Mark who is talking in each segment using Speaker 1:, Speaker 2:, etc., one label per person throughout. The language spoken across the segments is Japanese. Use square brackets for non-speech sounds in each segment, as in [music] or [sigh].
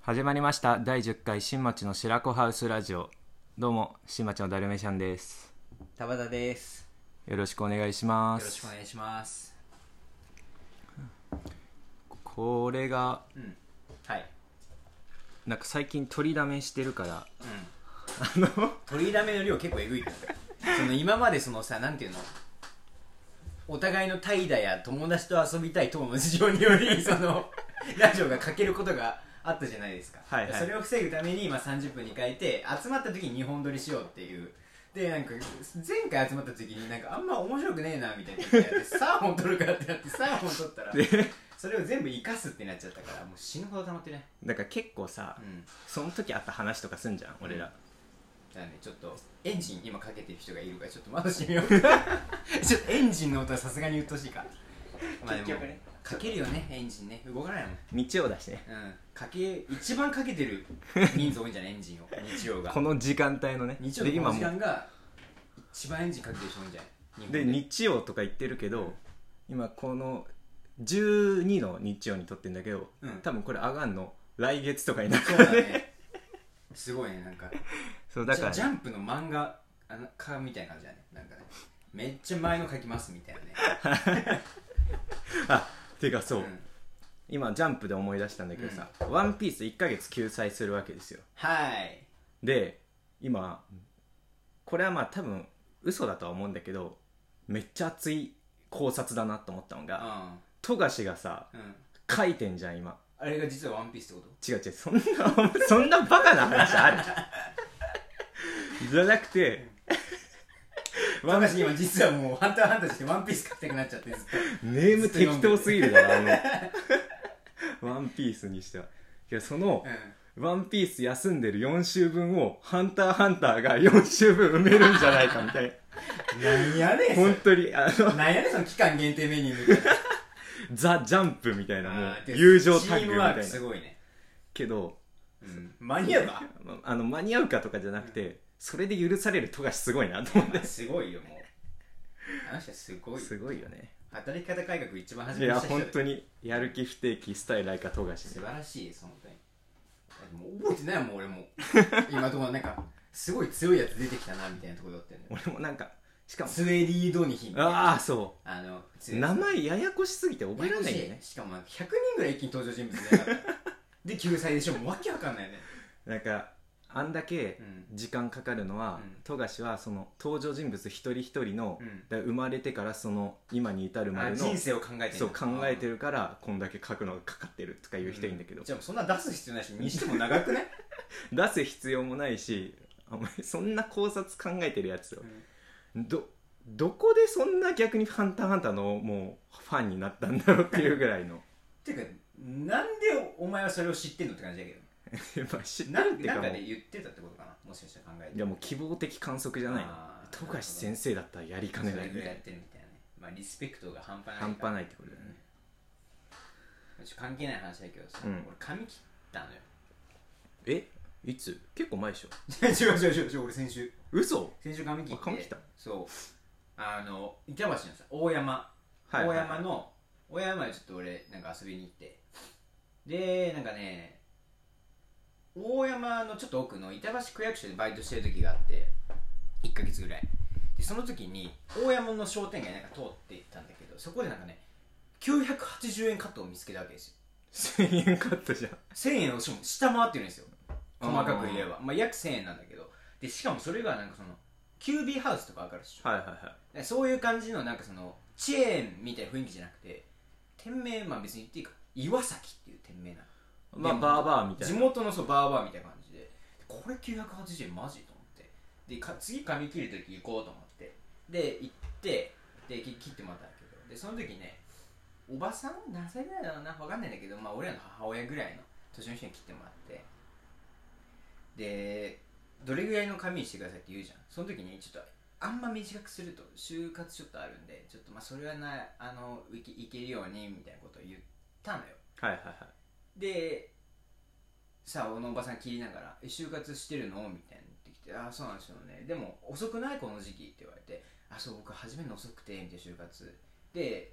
Speaker 1: 始まりました第10回新町の白子ハウスラジオどうも新町のダルメシャンです
Speaker 2: 田畑です
Speaker 1: よろしくお願いしま
Speaker 2: よ
Speaker 1: す
Speaker 2: ろしくお願いします
Speaker 1: これが
Speaker 2: うんはい
Speaker 1: なんか最近取りだめしてるから
Speaker 2: うんあの取りだめの量結構えぐい [laughs] からその今までそのさなんていうのお互いの怠惰や友達と遊びたい等の事情によ [laughs] りそのラジオが欠けることがあったじゃないですか、
Speaker 1: はいはい
Speaker 2: それを防ぐために今30分に変えて集まった時に2本撮りしようっていうでなんか前回集まった時になんかあんま面白くねえなみたいな言って [laughs] やって3本撮るかってなって3本撮ったら
Speaker 1: で
Speaker 2: それを全部生かすってなっちゃったからもう死ぬほど溜まってね
Speaker 1: なんか結構さ
Speaker 2: うん
Speaker 1: その時あった話とかすんじゃん俺ら、
Speaker 2: だからねちょっとエンジン今かけてる人がいるからちょっと窓閉め
Speaker 1: [laughs]
Speaker 2: ようかちょっとエンジンの音はさすがに鬱陶しいかまあでも
Speaker 1: [laughs] 結局ね
Speaker 2: かけるよねエンジンね動かないもん
Speaker 1: 道を出してね
Speaker 2: うんかけ一番かけてる人数多いんじゃないエンジンを日曜が
Speaker 1: この時間帯のね
Speaker 2: 日曜の
Speaker 1: で
Speaker 2: この
Speaker 1: 今
Speaker 2: 時
Speaker 1: も
Speaker 2: 間が一番エンジンかけてる人多いんじゃない日本
Speaker 1: で日曜とか言ってるけど、今この12の日曜に撮ってんだけど、
Speaker 2: うん
Speaker 1: 多分これ上がんの来月とかになる
Speaker 2: そう
Speaker 1: から
Speaker 2: だ
Speaker 1: ね
Speaker 2: ねすごいねなんか
Speaker 1: そうだから
Speaker 2: ジャジャンプの漫画あのかみたいな感じだねなんかねめっちゃ前の書きますみたいなね、
Speaker 1: あてかそう、
Speaker 2: うん
Speaker 1: 今ジャンプで思い出したんだけどさ「ワンピース1ヶ月救済するわけですよ
Speaker 2: はい
Speaker 1: で今これはまあ多分嘘だとは思うんだけどめっちゃ熱い考察だなと思ったのが富樫がさ
Speaker 2: うん、うん
Speaker 1: 書いてんじゃん今
Speaker 2: あれが実はワンピースって
Speaker 1: 違
Speaker 2: こ
Speaker 1: う違うそんなそんなバカな話あるじゃなくて
Speaker 2: と
Speaker 1: ワン
Speaker 2: 私今実はもうハンターハンターしてワンピース買いたくなっちゃってずっと
Speaker 1: ネーム適当すぎるだろあのワンピースにしてはいやその、
Speaker 2: う
Speaker 1: ワンピース休んでる4週分を、ハンターハンターが4週分埋めるんじゃないかみたい
Speaker 2: [laughs] ん。何やね
Speaker 1: な。
Speaker 2: んそ
Speaker 1: 本
Speaker 2: れ。
Speaker 1: 当に、あの、
Speaker 2: 何やねんその期間限定メニューみたいな。
Speaker 1: ザ・ジャンプみたいな、も
Speaker 2: あー
Speaker 1: う、
Speaker 2: で
Speaker 1: 友情タッ
Speaker 2: チ
Speaker 1: グ
Speaker 2: ー
Speaker 1: み
Speaker 2: ム
Speaker 1: た
Speaker 2: ワーク
Speaker 1: い
Speaker 2: す
Speaker 1: な。
Speaker 2: ごいね。
Speaker 1: けど、
Speaker 2: うん。マニアだ。
Speaker 1: まあの、間に合うかとかじゃなくて、それで許される富樫すごいなと思って。
Speaker 2: すごいよ、もう。あの人はすごい。
Speaker 1: すごいよね。
Speaker 2: 働き方改革一番初
Speaker 1: い
Speaker 2: めに
Speaker 1: や、
Speaker 2: した人
Speaker 1: 本
Speaker 2: だよ
Speaker 1: 当に、やる気不定期、スタイルライカ富樫
Speaker 2: 素
Speaker 1: ね
Speaker 2: 晴。らしいです、本当に。もう覚えてないもん、俺もう。今のところなんか、すごい強いやつ出てきたな、みたいなところだったよね。
Speaker 1: 俺もなんか、しかも、
Speaker 2: スウェリードニヒみたいな。
Speaker 1: ああ、そ
Speaker 2: あの、
Speaker 1: う。名前ややこしすぎて覚えられないよ
Speaker 2: やや
Speaker 1: ね
Speaker 2: こし。いしかもなんか100人ぐらい一気に登場人物
Speaker 1: [laughs]
Speaker 2: じゃなかったで救済でしょもうわけわかんないよね
Speaker 1: なんか、あんだけ
Speaker 2: うん
Speaker 1: 時間かかるのは
Speaker 2: うん、
Speaker 1: 富樫はその登場人物一人一人の
Speaker 2: う、ん
Speaker 1: だから生まれてからその今に至るまでの
Speaker 2: 人生を考えてる
Speaker 1: そう考えてるからこんだけ書くのがかかってるとかいう人いるんだけど、
Speaker 2: じゃあそんな出す必要ないしにしても長くね、
Speaker 1: 出す必要もないしお前そんな考察考えてるやつをどどこでそんな逆に「ハンターハンター」のもうファンになったんだろうっていうぐら
Speaker 2: [laughs]
Speaker 1: いの
Speaker 2: ていうかなんでお前はそれを知ってんのって感じだけ
Speaker 1: まあ知っ
Speaker 2: ど
Speaker 1: て
Speaker 2: な
Speaker 1: るっ
Speaker 2: ん
Speaker 1: ていう
Speaker 2: な
Speaker 1: か
Speaker 2: ん
Speaker 1: も
Speaker 2: か
Speaker 1: う
Speaker 2: で言ってたってことかなもしかしたら考えて
Speaker 1: いやもう希望的観測じゃないの
Speaker 2: あー
Speaker 1: 富樫先生だったらやりかね
Speaker 2: そ
Speaker 1: な
Speaker 2: れ
Speaker 1: い
Speaker 2: ぐ
Speaker 1: み
Speaker 2: ら
Speaker 1: た
Speaker 2: いやっ
Speaker 1: い
Speaker 2: てるみたいなねまあリスペクトが半端ない
Speaker 1: な
Speaker 2: から
Speaker 1: 半端ないってことだよね
Speaker 2: ちょっと関係ない話だけどさ、
Speaker 1: うん
Speaker 2: 俺髪切ったのよ [laughs]
Speaker 1: えいつ結構前でしょ
Speaker 2: 違う違う違う違う俺先週
Speaker 1: 嘘
Speaker 2: 先週髪切っ
Speaker 1: あ
Speaker 2: て
Speaker 1: 髪切った
Speaker 2: そうあの板橋のさ大山、
Speaker 1: はいはい
Speaker 2: 大山の大山にちょっと俺なんか遊びに行ってでなんかね大山のちょっと奥の板橋区役所でバイトしてる時があって1ヶ月ぐらいでその時に大山の商店街なんか通って行ったんだけどそこでなんかね980円カットを見つけたわけですよ
Speaker 1: 1000円カットじゃん
Speaker 2: 1000円をしかも下回ってるんですよ細かく言えばまあ、約1000円なんだけどでしかもそれがなんかそのキュービーハウスとか分かるでしょ
Speaker 1: はいはいは
Speaker 2: でそういう感じのなんかそのチェーンみたいな雰囲気じゃなくて店名まあ別に言っていいか岩崎っていう店名なの
Speaker 1: いまあ
Speaker 2: で
Speaker 1: バーバーみたい
Speaker 2: 地
Speaker 1: な
Speaker 2: 元のそうバーバーみたいな感じでこれ980円マジと思ってでか次髪切る時行こうと思ってで行ってでき切ってもらったんだけどでその時ねおばさん何歳ぐらいだろうな分かんないんだけど、まあ、俺らの母親ぐらいの年の人に切ってもらってでどれぐらいの髪にしてくださいって言うじゃんその時にちょっとあんま短くすると就活ちょっとあるんでちょっとまあそれはなあのいけいけるようにみたいなことを言ったのよ
Speaker 1: はいはいはい
Speaker 2: でさあ小野おばさん切りながら「え就活してるの?」みたいに言ってきて「ああそうなんですよねでも遅くないこの時期」って言われて「あそう僕初めの遅くて」みたいな就活で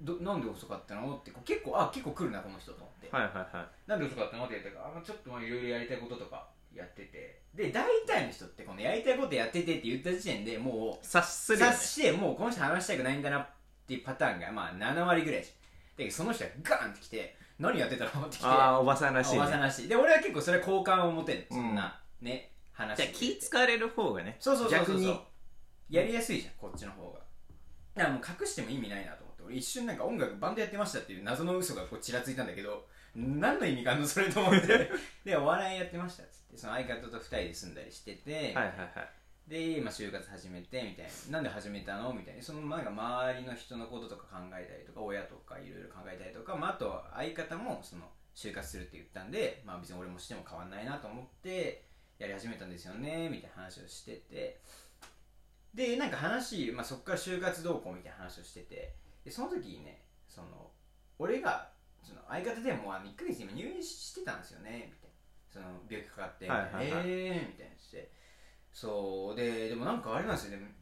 Speaker 2: どなんで遅かったのってこう結構あ結構来るなこの人と思って、
Speaker 1: はいはいは
Speaker 2: なんで遅かったのって言ったらあちょっとまあいろいろやりたいこととかやっててで大体の人ってこのやりたいことやっててって言った時点でも
Speaker 1: い察す
Speaker 2: う
Speaker 1: るよね
Speaker 2: 察してもうこの人話したくないんだなっていうパターンがまあ7割ぐらいじゃんでその人がガーンって来て何やってたのって来て
Speaker 1: ああおばさんらしい
Speaker 2: お
Speaker 1: ね
Speaker 2: ばさんらしいで俺は結構それは好感を持てるそんな、ね話
Speaker 1: じゃあ気使われる方がね
Speaker 2: そうそうそうそう
Speaker 1: 逆に
Speaker 2: やりやすいじゃんこっちの方がだからもう隠しても意味ないなと思って俺一瞬なんか音楽バンドやってましたっていう謎の嘘がこうちらついたんだけど何の意味があんのそれと思って
Speaker 1: [laughs]
Speaker 2: でお笑いやってましたっつってその相方と二人で住んだりしてて、
Speaker 1: はいはいはい
Speaker 2: で今就活始めてみたいななんで始めたのみたいなそのなんか周りの人のこととか考えたりとか親とかいろいろ考えたりとか、まあ、あとは相方もその就活するって言ったんで、まあ、別に俺もしても変わんないなと思ってやり始めたんですよねみたいな話をしててでなんか話、まあ、そこから就活動向みたいな話をしててでその時にねその俺がその相方でもあの1ヶ月今入院してたんですよねみたいなその病気かかってみたいな、
Speaker 1: はいはいはい
Speaker 2: えーみたいなしてそうででもなんかあれなんですよね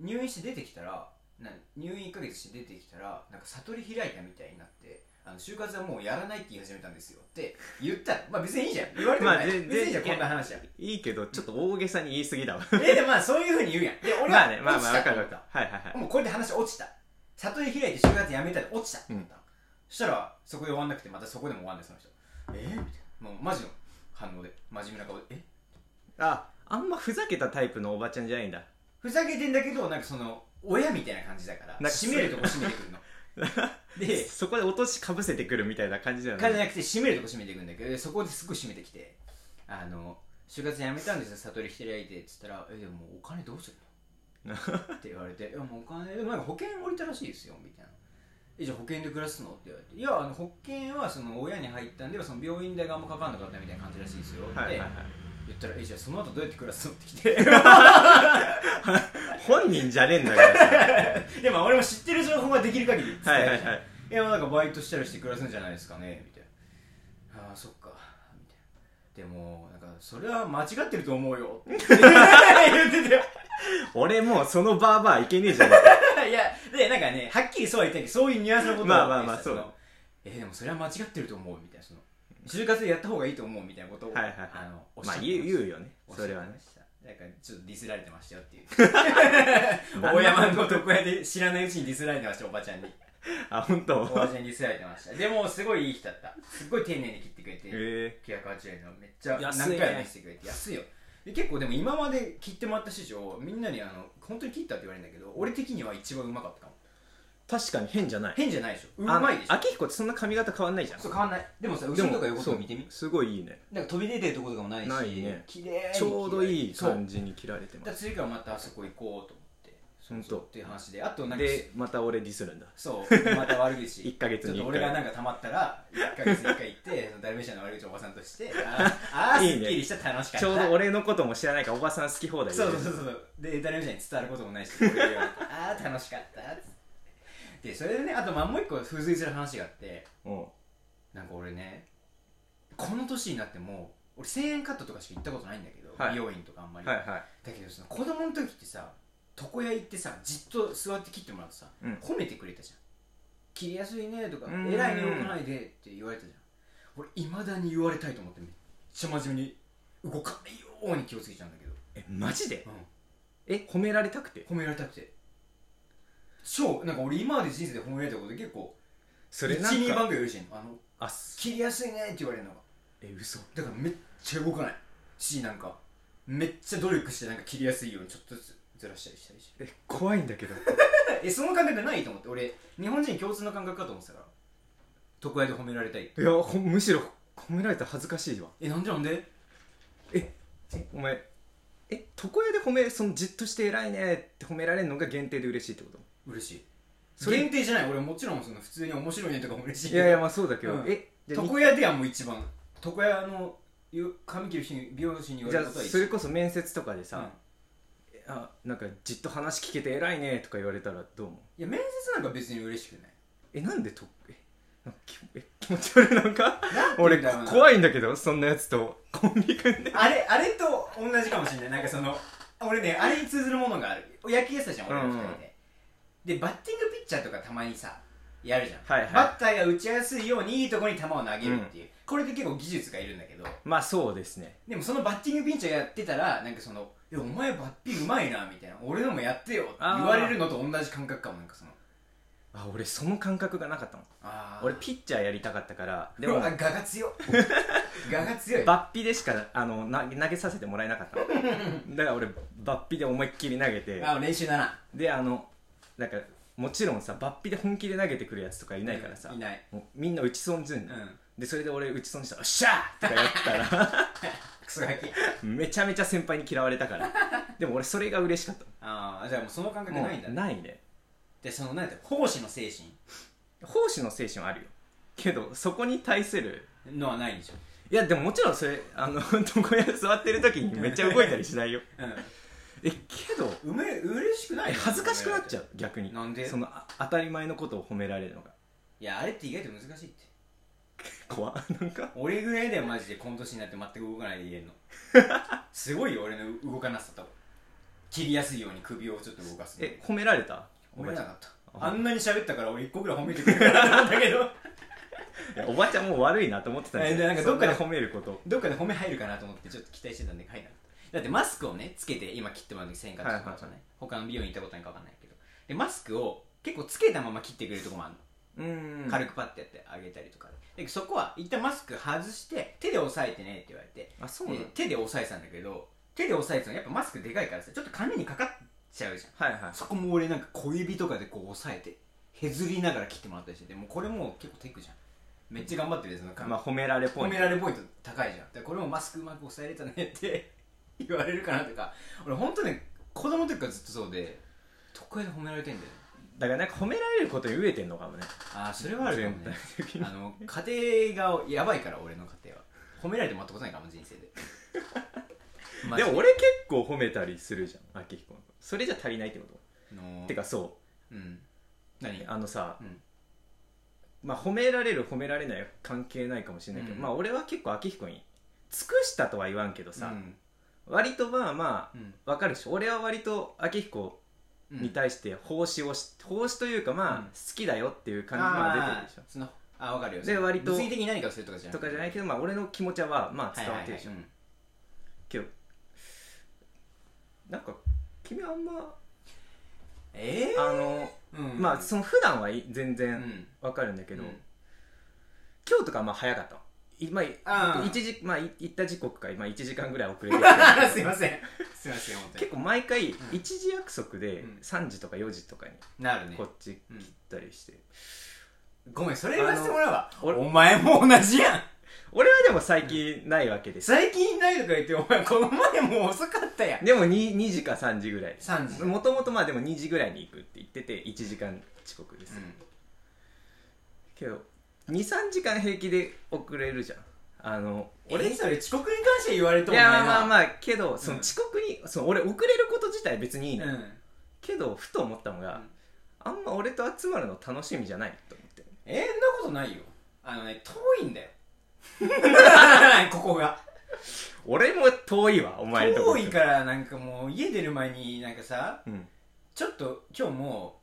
Speaker 2: 入院して出てきたらな入院1ヶ月して出てきたらなんか悟り開いたみたいになってあの就活はもうやらないって言い始めたんですよって言ったらまあ別にいいじゃん言われても
Speaker 1: ま
Speaker 2: な
Speaker 1: あ
Speaker 2: い、
Speaker 1: 全然
Speaker 2: 別にいいじゃんこんな話はい
Speaker 1: いけどちょっと大げさに言い過ぎだわ
Speaker 2: [laughs] えでもまあそういうふうに言うやんで俺
Speaker 1: ま
Speaker 2: は
Speaker 1: あねまあまあわ
Speaker 2: 落ち
Speaker 1: か
Speaker 2: た
Speaker 1: る
Speaker 2: と
Speaker 1: わ
Speaker 2: 思
Speaker 1: かる
Speaker 2: った
Speaker 1: はいはいはい
Speaker 2: もうこれで話落ちた悟り開いて就活やめたで落ちたって思った、そしたらそこで終わんなくてまたそこでも終わんないその人えみたいなもうマジの反応で真面目な顔でえ
Speaker 1: ああんまふざけたタイプのおばちゃんじゃないんだ
Speaker 2: ふざけてんだけどなんかその親みたいな感じだから
Speaker 1: なんか
Speaker 2: 締めるとこ締めてくるの [laughs] で
Speaker 1: そこで落としかぶせてくるみたいな感じだよ
Speaker 2: 彼じゃ
Speaker 1: ね
Speaker 2: なくて締めるとこ締めていくんだけどでそこですごい締めてきて「あの就活やめたんですよ悟り一人開いて」っつったら「えでもお金どうす
Speaker 1: [laughs]
Speaker 2: るの? 」って言われて「いやもうお金でもなんか保険降りたらしいですよ」みたいな「えじゃあ保険で暮らすの?」って言われて「いやあの保険はその親に入ったんではその病院代があんまかかんなかったみたいな感じらしいですよ」って
Speaker 1: はいはいはい
Speaker 2: 言ったら「えじゃあその後どうやって暮らすの?」って
Speaker 1: [laughs]
Speaker 2: 来て
Speaker 1: 本人じゃねえんだからさ
Speaker 2: でも俺も知ってる情報ができる限り伝えるじゃん
Speaker 1: はいはいはい
Speaker 2: いやまあなんかバイトしたりして暮らすんじゃないですかねみたいなああそっかみたいなでもなんかそれは間違ってると思
Speaker 1: [laughs]
Speaker 2: うよ言ってたよ [laughs]
Speaker 1: 俺もうそのバーバーいけねえじゃん
Speaker 2: いやでなんかねはっきりそうは言ってんけどそういうニュアンスのことを
Speaker 1: まあまあまあ
Speaker 2: 言ってた
Speaker 1: そう
Speaker 2: のえーでもそれは間違ってると思うみたいなその就活でやった方がいいと思うみたいなことを
Speaker 1: はいはいはい
Speaker 2: あのおっしゃ
Speaker 1: ま
Speaker 2: っ
Speaker 1: あ
Speaker 2: て
Speaker 1: 言う
Speaker 2: う
Speaker 1: 言うよね
Speaker 2: おっしゃ
Speaker 1: そ
Speaker 2: って
Speaker 1: れは
Speaker 2: ま
Speaker 1: ね
Speaker 2: したなんかちょっとディスられてましたよっていう
Speaker 1: [laughs]
Speaker 2: 大山の床屋で知らないうちにディスられてましたおばちゃんに
Speaker 1: あ本当
Speaker 2: おばちゃんに捨てられてましたでもすごいいい人だったすっごい丁寧に切ってくれて
Speaker 1: え
Speaker 2: 980円のめっちゃ何
Speaker 1: 安いね
Speaker 2: 回も切ってくれて安いよで結構でも今まで切ってもらった師匠みんなにあの本当に切ったって言われるんだけど俺的には一番うまかったかも
Speaker 1: ー確かに変じゃない
Speaker 2: 変じゃないでしょう
Speaker 1: う
Speaker 2: まいでしょ
Speaker 1: 明彦ってそんな髪型変わんないじゃん
Speaker 2: そう変わんないでもさ後ろとか横とか見てみ
Speaker 1: そうすごいいいね
Speaker 2: なんか飛び出てるとことかもないし
Speaker 1: ないね
Speaker 2: 綺麗に
Speaker 1: ちょうどいい
Speaker 2: そう
Speaker 1: 感じに切られてま
Speaker 2: だから
Speaker 1: す
Speaker 2: 次からまたあそこ行こうと思ってそうそ
Speaker 1: ほ
Speaker 2: う
Speaker 1: んと
Speaker 2: っていう話であとなんか
Speaker 1: でまた俺ディスるんだ
Speaker 2: そう、また悪口
Speaker 1: 一ヶ月に一回
Speaker 2: ちょっと俺がなんかたまったら、1ヶ月に1回行って、
Speaker 1: [laughs]
Speaker 2: そのダルメシアの悪口をおばさんとして、あーあー、
Speaker 1: いい
Speaker 2: すっ
Speaker 1: ね
Speaker 2: きりした、楽しかった。
Speaker 1: ちょうど俺のことも知らないからおばさん好き放題
Speaker 2: そうそう
Speaker 1: う
Speaker 2: そうそう。で、ダルメシアに伝わることもないし、俺が言われてああ、楽しかったっつって。で、それでね、あとまあもう一個付随する話があって、
Speaker 1: うん
Speaker 2: なんか俺ね、この年になっても、俺1000円カットとかしか行ったことないんだけど、
Speaker 1: はい
Speaker 2: 美容院とかあんまり。
Speaker 1: はいはい
Speaker 2: だけどその子供の時ってさ床屋行ってさじっと座って切ってもらってさ、
Speaker 1: うん
Speaker 2: 褒めてくれたじゃん切りやすいねとか
Speaker 1: う
Speaker 2: 偉
Speaker 1: ん
Speaker 2: いね動かないでって言われたじゃん俺いまだに言われたいと思ってめっちゃ真面目に動かないように気をつけちゃうんだけど、
Speaker 1: えマジで
Speaker 2: う
Speaker 1: え褒められたくて
Speaker 2: ん、褒められたくて超なんか俺今まで人生で褒められたこと結構
Speaker 1: それなん
Speaker 2: 12番
Speaker 1: か
Speaker 2: ぐらい嬉しいのあの
Speaker 1: あす
Speaker 2: 切りやすいねって言われるのが
Speaker 1: え嘘
Speaker 2: だからめっちゃ動かないしなんかめっちゃ努力してなんか切りやすいようにちょっとずつずらしたりしたりして
Speaker 1: え怖いんだけど
Speaker 2: えその感覚ないと思って俺日本人共通の感覚かと思ってたから床屋で褒められたいって
Speaker 1: いやほむしろ褒められたら恥ずかしいわ
Speaker 2: えなんでなんで
Speaker 1: えお前え床屋で褒めそのじっとして偉いねって褒められるのが限定で嬉しいってこと
Speaker 2: 嬉しい
Speaker 1: それ
Speaker 2: 限定じゃない俺もちろんその普通に面白いねとかも嬉しい
Speaker 1: いやいやまあそうだけど、
Speaker 2: うん
Speaker 1: えじゃあに
Speaker 2: 床屋ではもう一番床屋のよ髪切る人に美容師に言わ
Speaker 1: じ
Speaker 2: れ
Speaker 1: ゃ
Speaker 2: る
Speaker 1: あ
Speaker 2: ことはいい
Speaker 1: それこそ面接とかで
Speaker 2: うん
Speaker 1: さ、あなんかじっと話聞けて偉いねとか言われたらどう思う
Speaker 2: いや面接なんか別に嬉しくない
Speaker 1: えなんでとえなんかきえ気持ち悪いなん
Speaker 2: [laughs]
Speaker 1: か [laughs] 俺
Speaker 2: なんて言うんだろうな
Speaker 1: 怖いんだけどそんなやつとコンビ組んで
Speaker 2: あれあれと同じかもしれないなんかその俺ねあれに通ずるものがある野球やってたじゃん俺ら二人で、
Speaker 1: うんうん
Speaker 2: でバッティングピッチャーとかたまにさやるじゃん、
Speaker 1: はいはい
Speaker 2: バッターが打ちやすいようにいいところに球を投げるっていう、これで結構技術がいるんだけど
Speaker 1: まあそうですね
Speaker 2: でもそのバッティングピンチをやってたらなんかその「いやお前バッピーうまいな」みたいな「俺のもやってよ」って言われるのと同じ感覚かもなんかその
Speaker 1: あ俺その感覚がなかったの
Speaker 2: あー
Speaker 1: 俺ピッチャーやりたかったからで
Speaker 2: でも
Speaker 1: も
Speaker 2: あガが
Speaker 1: [laughs]
Speaker 2: 強いガが強い
Speaker 1: バッピでしかあのな投げさせてもらえなかったの
Speaker 2: [laughs]
Speaker 1: だから俺バッピで思いっきり投げて
Speaker 2: あ練習だな
Speaker 1: であのなんかもちろんさバッピで本気で投げてくるやつとかいないからさ、
Speaker 2: いない
Speaker 1: もうみんな打ち損じるん
Speaker 2: う
Speaker 1: だ、
Speaker 2: ん
Speaker 1: でそれで俺打ち損じたら「おっしゃー!」とかやった
Speaker 2: [laughs]
Speaker 1: ら
Speaker 2: クソガキ
Speaker 1: めちゃめちゃ先輩に嫌われたからでも俺それが嬉しかった
Speaker 2: ああじゃあもうその感覚
Speaker 1: もう
Speaker 2: ないんだね
Speaker 1: ないね
Speaker 2: でそのなんて奉仕の精神
Speaker 1: 奉仕の精神はあるよけどそこに対する
Speaker 2: のはないんでしょ
Speaker 1: いやでももちろんそれあの [laughs] 床屋座ってる時にめっちゃ動いたりしない
Speaker 2: [laughs]
Speaker 1: よえけど
Speaker 2: うんうめ嬉しくない
Speaker 1: え恥ずかしくなっちゃ
Speaker 2: う
Speaker 1: う逆に
Speaker 2: なんで
Speaker 1: そのあ当たり前のことを褒められるのが
Speaker 2: いやあれって意外と難しいって
Speaker 1: 怖っ [laughs] なんか
Speaker 2: 俺ぐらいではマジで今年になって全く動かないで言えるのすごいよ俺の動かなさと切りやすいように首をちょっと動かすの
Speaker 1: え褒められた
Speaker 2: 褒めなかった
Speaker 1: おばちゃん
Speaker 2: あんなに喋ったから俺一個ぐらい褒めてくれるからなんだけど
Speaker 1: [laughs] いやおばちゃんもう悪いなと思ってたんですよ
Speaker 2: えなんかどっかで
Speaker 1: そんな褒めること
Speaker 2: どっかで褒め入るかなと思ってちょっと期待してたんで入らなかっただってマスクをねつけて今切ってもらう時1000円か
Speaker 1: はいはい
Speaker 2: とかね他の美容院行ったことないか分かんないけどでマスクを結構つけたまま切ってくれるとこもあるの
Speaker 1: うん
Speaker 2: 軽くパッてやってあげたりとかででそこは一旦マスク外して手で押さえてねって言われて
Speaker 1: あそうなの
Speaker 2: で手で押さえてたんだけど手で押さえてたのやっぱマスクでかいからさちょっと髪にかかっちゃうじゃ
Speaker 1: はいはい
Speaker 2: んそこも俺なんか小指とかでこう押さえてへずりながら切ってもらったりしててもうこれもう結構テクじゃんめっちゃ頑張ってるやつの髪、
Speaker 1: まあ褒められポ
Speaker 2: 褒
Speaker 1: イント
Speaker 2: められポイント高いじゃんだからこれもマスクうまく押さえれたねって [laughs] 言われるかなとか俺本当ね子供の時からずっとそうで特会で褒められてんだよね
Speaker 1: だからなんか褒められることに飢えてんのかもね
Speaker 2: ああそれはあるかもね
Speaker 1: 全体的に
Speaker 2: [laughs] あの家庭がやばいから俺の家庭は褒められてもらったことないからもう人生で
Speaker 1: [laughs]
Speaker 2: マジ
Speaker 1: でも俺結構褒めたりするじゃん明彦のことそれじゃ足りないってこと
Speaker 2: の
Speaker 1: てかそ
Speaker 2: うん何
Speaker 1: うあのさ、
Speaker 2: うん
Speaker 1: まあ褒められる褒められないは関係ないかもしれないけど、
Speaker 2: うん
Speaker 1: まあ俺は結構明彦に尽くしたとは言わんけどさ、割とまあま
Speaker 2: うん
Speaker 1: あわかるでしょ俺は割と明彦
Speaker 2: うん
Speaker 1: に対して奉仕をし奉仕というかまあ
Speaker 2: うん
Speaker 1: 好きだよっていう感じが出てるでし
Speaker 2: あーそのあ分かるよ
Speaker 1: で割と
Speaker 2: 物理的に何かをするとかじゃ
Speaker 1: ょ
Speaker 2: な
Speaker 1: とか
Speaker 2: い
Speaker 1: じゃない
Speaker 2: ど
Speaker 1: けどまあ俺の気持ちはまあ伝わってるでしょけどなんか君はあんま
Speaker 2: え
Speaker 1: あの
Speaker 2: えーうん
Speaker 1: まあその普段はい全
Speaker 2: う
Speaker 1: 然
Speaker 2: ん
Speaker 1: わかるんだけど、
Speaker 2: うん
Speaker 1: 今日とかはまあ早かったのいま
Speaker 2: あ
Speaker 1: あ、
Speaker 2: ー
Speaker 1: 一時まあ、い行った時刻から、まあ、1時間ぐらい遅れてき
Speaker 2: [laughs] すい
Speaker 1: て
Speaker 2: ませんすいません本当に
Speaker 1: 結構毎回
Speaker 2: ん
Speaker 1: 一時約束で
Speaker 2: うん
Speaker 1: 3時とか4時とかに
Speaker 2: なるね
Speaker 1: こっち来たりして、
Speaker 2: ごめんそれ言わせてもらうわ
Speaker 1: あの俺
Speaker 2: お前も同じやん
Speaker 1: 俺はでも最近ないわけです、
Speaker 2: 最近ないとか言ってお前この前もう遅かったやん
Speaker 1: でも 2, 2時か3時ぐらい
Speaker 2: 3時
Speaker 1: もともとまあでも2時ぐらいに行くって言ってて1時間遅刻です、けど23時間平気で遅れるじゃんあの
Speaker 2: 俺
Speaker 1: 俺
Speaker 2: それ遅刻に関して言われ
Speaker 1: い
Speaker 2: ても
Speaker 1: や
Speaker 2: な
Speaker 1: まあ
Speaker 2: い
Speaker 1: まあ
Speaker 2: あ
Speaker 1: まあけどその遅刻に、その俺遅れること自体別にいいの、
Speaker 2: うん
Speaker 1: けどふと思ったのが、あんま俺と集まるの楽しみじゃないと思って
Speaker 2: えー、そんなことないよあのね
Speaker 1: [laughs]
Speaker 2: 遠いんだよここが
Speaker 1: 俺も遠いわお前のとこ
Speaker 2: 遠いからなんかもう家出る前になんかさ
Speaker 1: うん
Speaker 2: ちょっと今日も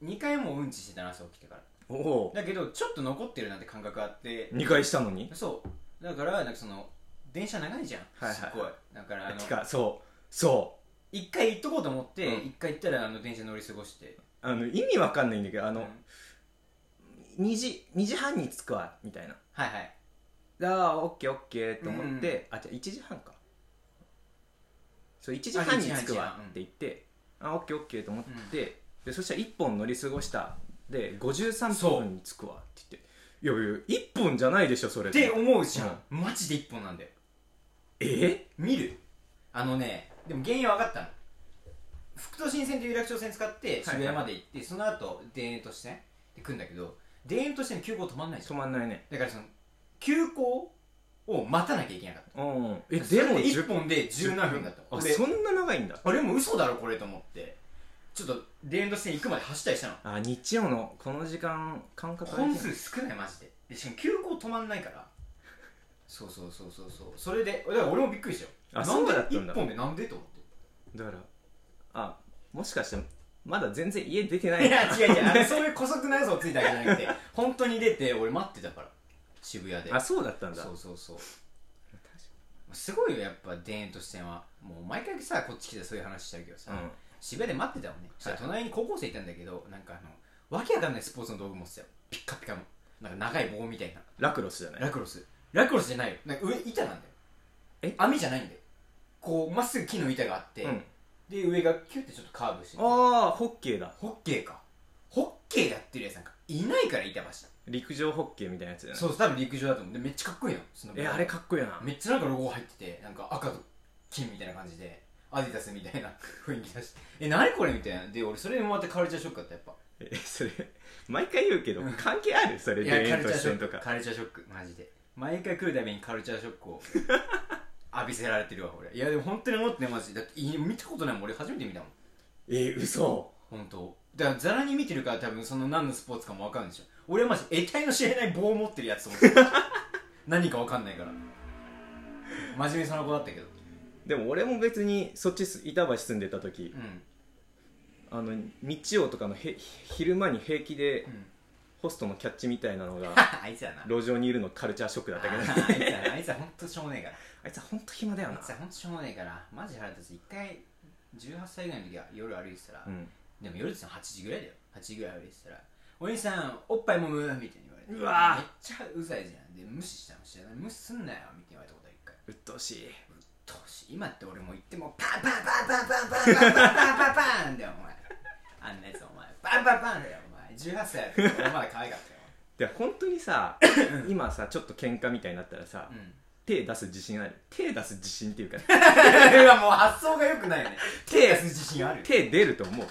Speaker 2: う2回もうんちしてたな朝起きてから
Speaker 1: おお
Speaker 2: だけどちょっと残ってるなって感覚あって
Speaker 1: 2回したのに
Speaker 2: そうだからなんかその電車長いじゃん、
Speaker 1: はいはい
Speaker 2: すっごいだからあ
Speaker 1: て
Speaker 2: の
Speaker 1: かそうそ
Speaker 2: 一回行っとこうと思って、
Speaker 1: うん
Speaker 2: 一回行ったらあの電車乗り過ごして
Speaker 1: うあの意味わかんないんだけどあ
Speaker 2: あ
Speaker 1: の、2時2時半に着くわみたいな
Speaker 2: はいはい
Speaker 1: ああオッケーオッケーと思って、あじゃあ1時半かそう1時半に着くわって言ってあオッケーオッケーと思って、でそしたら1本乗り過ごしたで53分に着くわって言っていやいや1本じゃないでしょそれ
Speaker 2: って思うじゃん、マジで一本なんだよ
Speaker 1: え
Speaker 2: 見るあのねでも原因は分かったの副都心線と有楽町線使って渋谷まで行って、その後田園都市線で来るんだけど田園都市線の急行止まんないじゃ
Speaker 1: 止
Speaker 2: ん
Speaker 1: まんないね
Speaker 2: だからその急行を待たなきゃいけなかった
Speaker 1: うんうんえ
Speaker 2: それ
Speaker 1: でも
Speaker 2: 1
Speaker 1: 10
Speaker 2: 本で17分だった
Speaker 1: あ
Speaker 2: で
Speaker 1: そんな長いんだ
Speaker 2: あれもう嘘だろこれと思ってちょっと田園都市線行くまで走ったりしたの
Speaker 1: あ日曜のこの時間感覚空い
Speaker 2: 本
Speaker 1: てる
Speaker 2: 数少ないマジででしかも急行止まんないからそうそうそうそうそうそれでだから俺もびっくりしたよ
Speaker 1: あ
Speaker 2: なんで
Speaker 1: そうだったんだ
Speaker 2: 1本でなんでと思って
Speaker 1: だからあもしかしてまだ全然家出てない
Speaker 2: いや違う違うあのそういう姑息な嘘をついたわけじゃなくて本当に出て俺待ってたから渋谷で
Speaker 1: あそうだったんだ
Speaker 2: そうそうそうすごいよやっぱ田園都市線はもう毎回さこっち来てそういう話しちゃうけどさ、
Speaker 1: うん
Speaker 2: 渋谷で待ってたもんねそしたら隣に高校生いたんだけどなんかあのわけわかんないスポーツの道具持ってたよピッカピカのなんか長い棒みたいな
Speaker 1: ラクロスじゃない
Speaker 2: ラクロスラクロスじゃないよなんか上板なんだよ
Speaker 1: え
Speaker 2: 網じゃないんだよこうまっすぐ木の板があって、
Speaker 1: うん
Speaker 2: で上がキュッてちょっとカーブしてて
Speaker 1: ああホッケーだ
Speaker 2: ホッケーかホッケーやってるやつなんかいないから板橋
Speaker 1: 陸上ホッケーみたいなやつじゃない
Speaker 2: そう多分陸上だと思うでめっちゃかっこいいのその
Speaker 1: えあれかっこいいな
Speaker 2: めっちゃなんかロゴ入っててなんか赤と金みたいな感じでアディダスみたいな [laughs] 雰囲気出してえ何これみたいなで俺それでまたカルチャーショックだったやっぱ
Speaker 1: えそれ毎回言うけど
Speaker 2: うん
Speaker 1: 関係あるそれ
Speaker 2: い
Speaker 1: 田
Speaker 2: や
Speaker 1: 園
Speaker 2: カ
Speaker 1: 都
Speaker 2: ルチャー
Speaker 1: 市
Speaker 2: シ
Speaker 1: 線
Speaker 2: ョッ
Speaker 1: と
Speaker 2: ク
Speaker 1: か
Speaker 2: カルチャーショックマジで毎回来るたびにカルチャーショックを [laughs] 浴びせられてるわ俺いやでも本当に思ってねマジでだってい見たことないもん俺初めて見たもん
Speaker 1: え嘘
Speaker 2: 本当だからざらに見てるから多分その何のスポーツかも分かるんでしょ俺はマジ得体の知れない棒を持ってるやつと思って [laughs] た何か分かんないから真面目その子だったけど
Speaker 1: でも俺も別にそっちす板橋住んでた時
Speaker 2: うん
Speaker 1: あの日曜とかのへ昼間に平気で
Speaker 2: うん
Speaker 1: ホストのキャッチみたいなの [laughs] が
Speaker 2: [laughs] あいつやな
Speaker 1: 路上にいるのカルチャーショックだったけど
Speaker 2: [laughs] あいつはあいつは本当しょうもねえか
Speaker 1: あいつは本当暇だよ
Speaker 2: ら [laughs] あ
Speaker 1: ない
Speaker 2: つは本当しょうもねえからマジ腹立つ一回18歳ぐらいの時は夜歩いてたら、
Speaker 1: うん
Speaker 2: でも夜って言っても8時ぐらいだよ8時ぐらい歩いてたら「お兄さんおっぱい揉む」みたいに言われて
Speaker 1: うわ
Speaker 2: めっちゃうざいじゃんで無視したの知らない無視すんなよみたいに言われたことある一回
Speaker 1: 鬱陶しい
Speaker 2: どうし今って俺も言ってもパンパンパンパンパンパンパンパンパンパンだよお前あんなやつお前パンパンパンだよお前18歳だったら俺まだ可愛かったよ
Speaker 1: で本当に [laughs] さ今さちょっと喧嘩みたいになったらさ、
Speaker 2: うん
Speaker 1: 手出す自信ある手出す自信っていうか
Speaker 2: いやもう発想が良くないよね手出す自信ある
Speaker 1: 手出ると思う
Speaker 2: う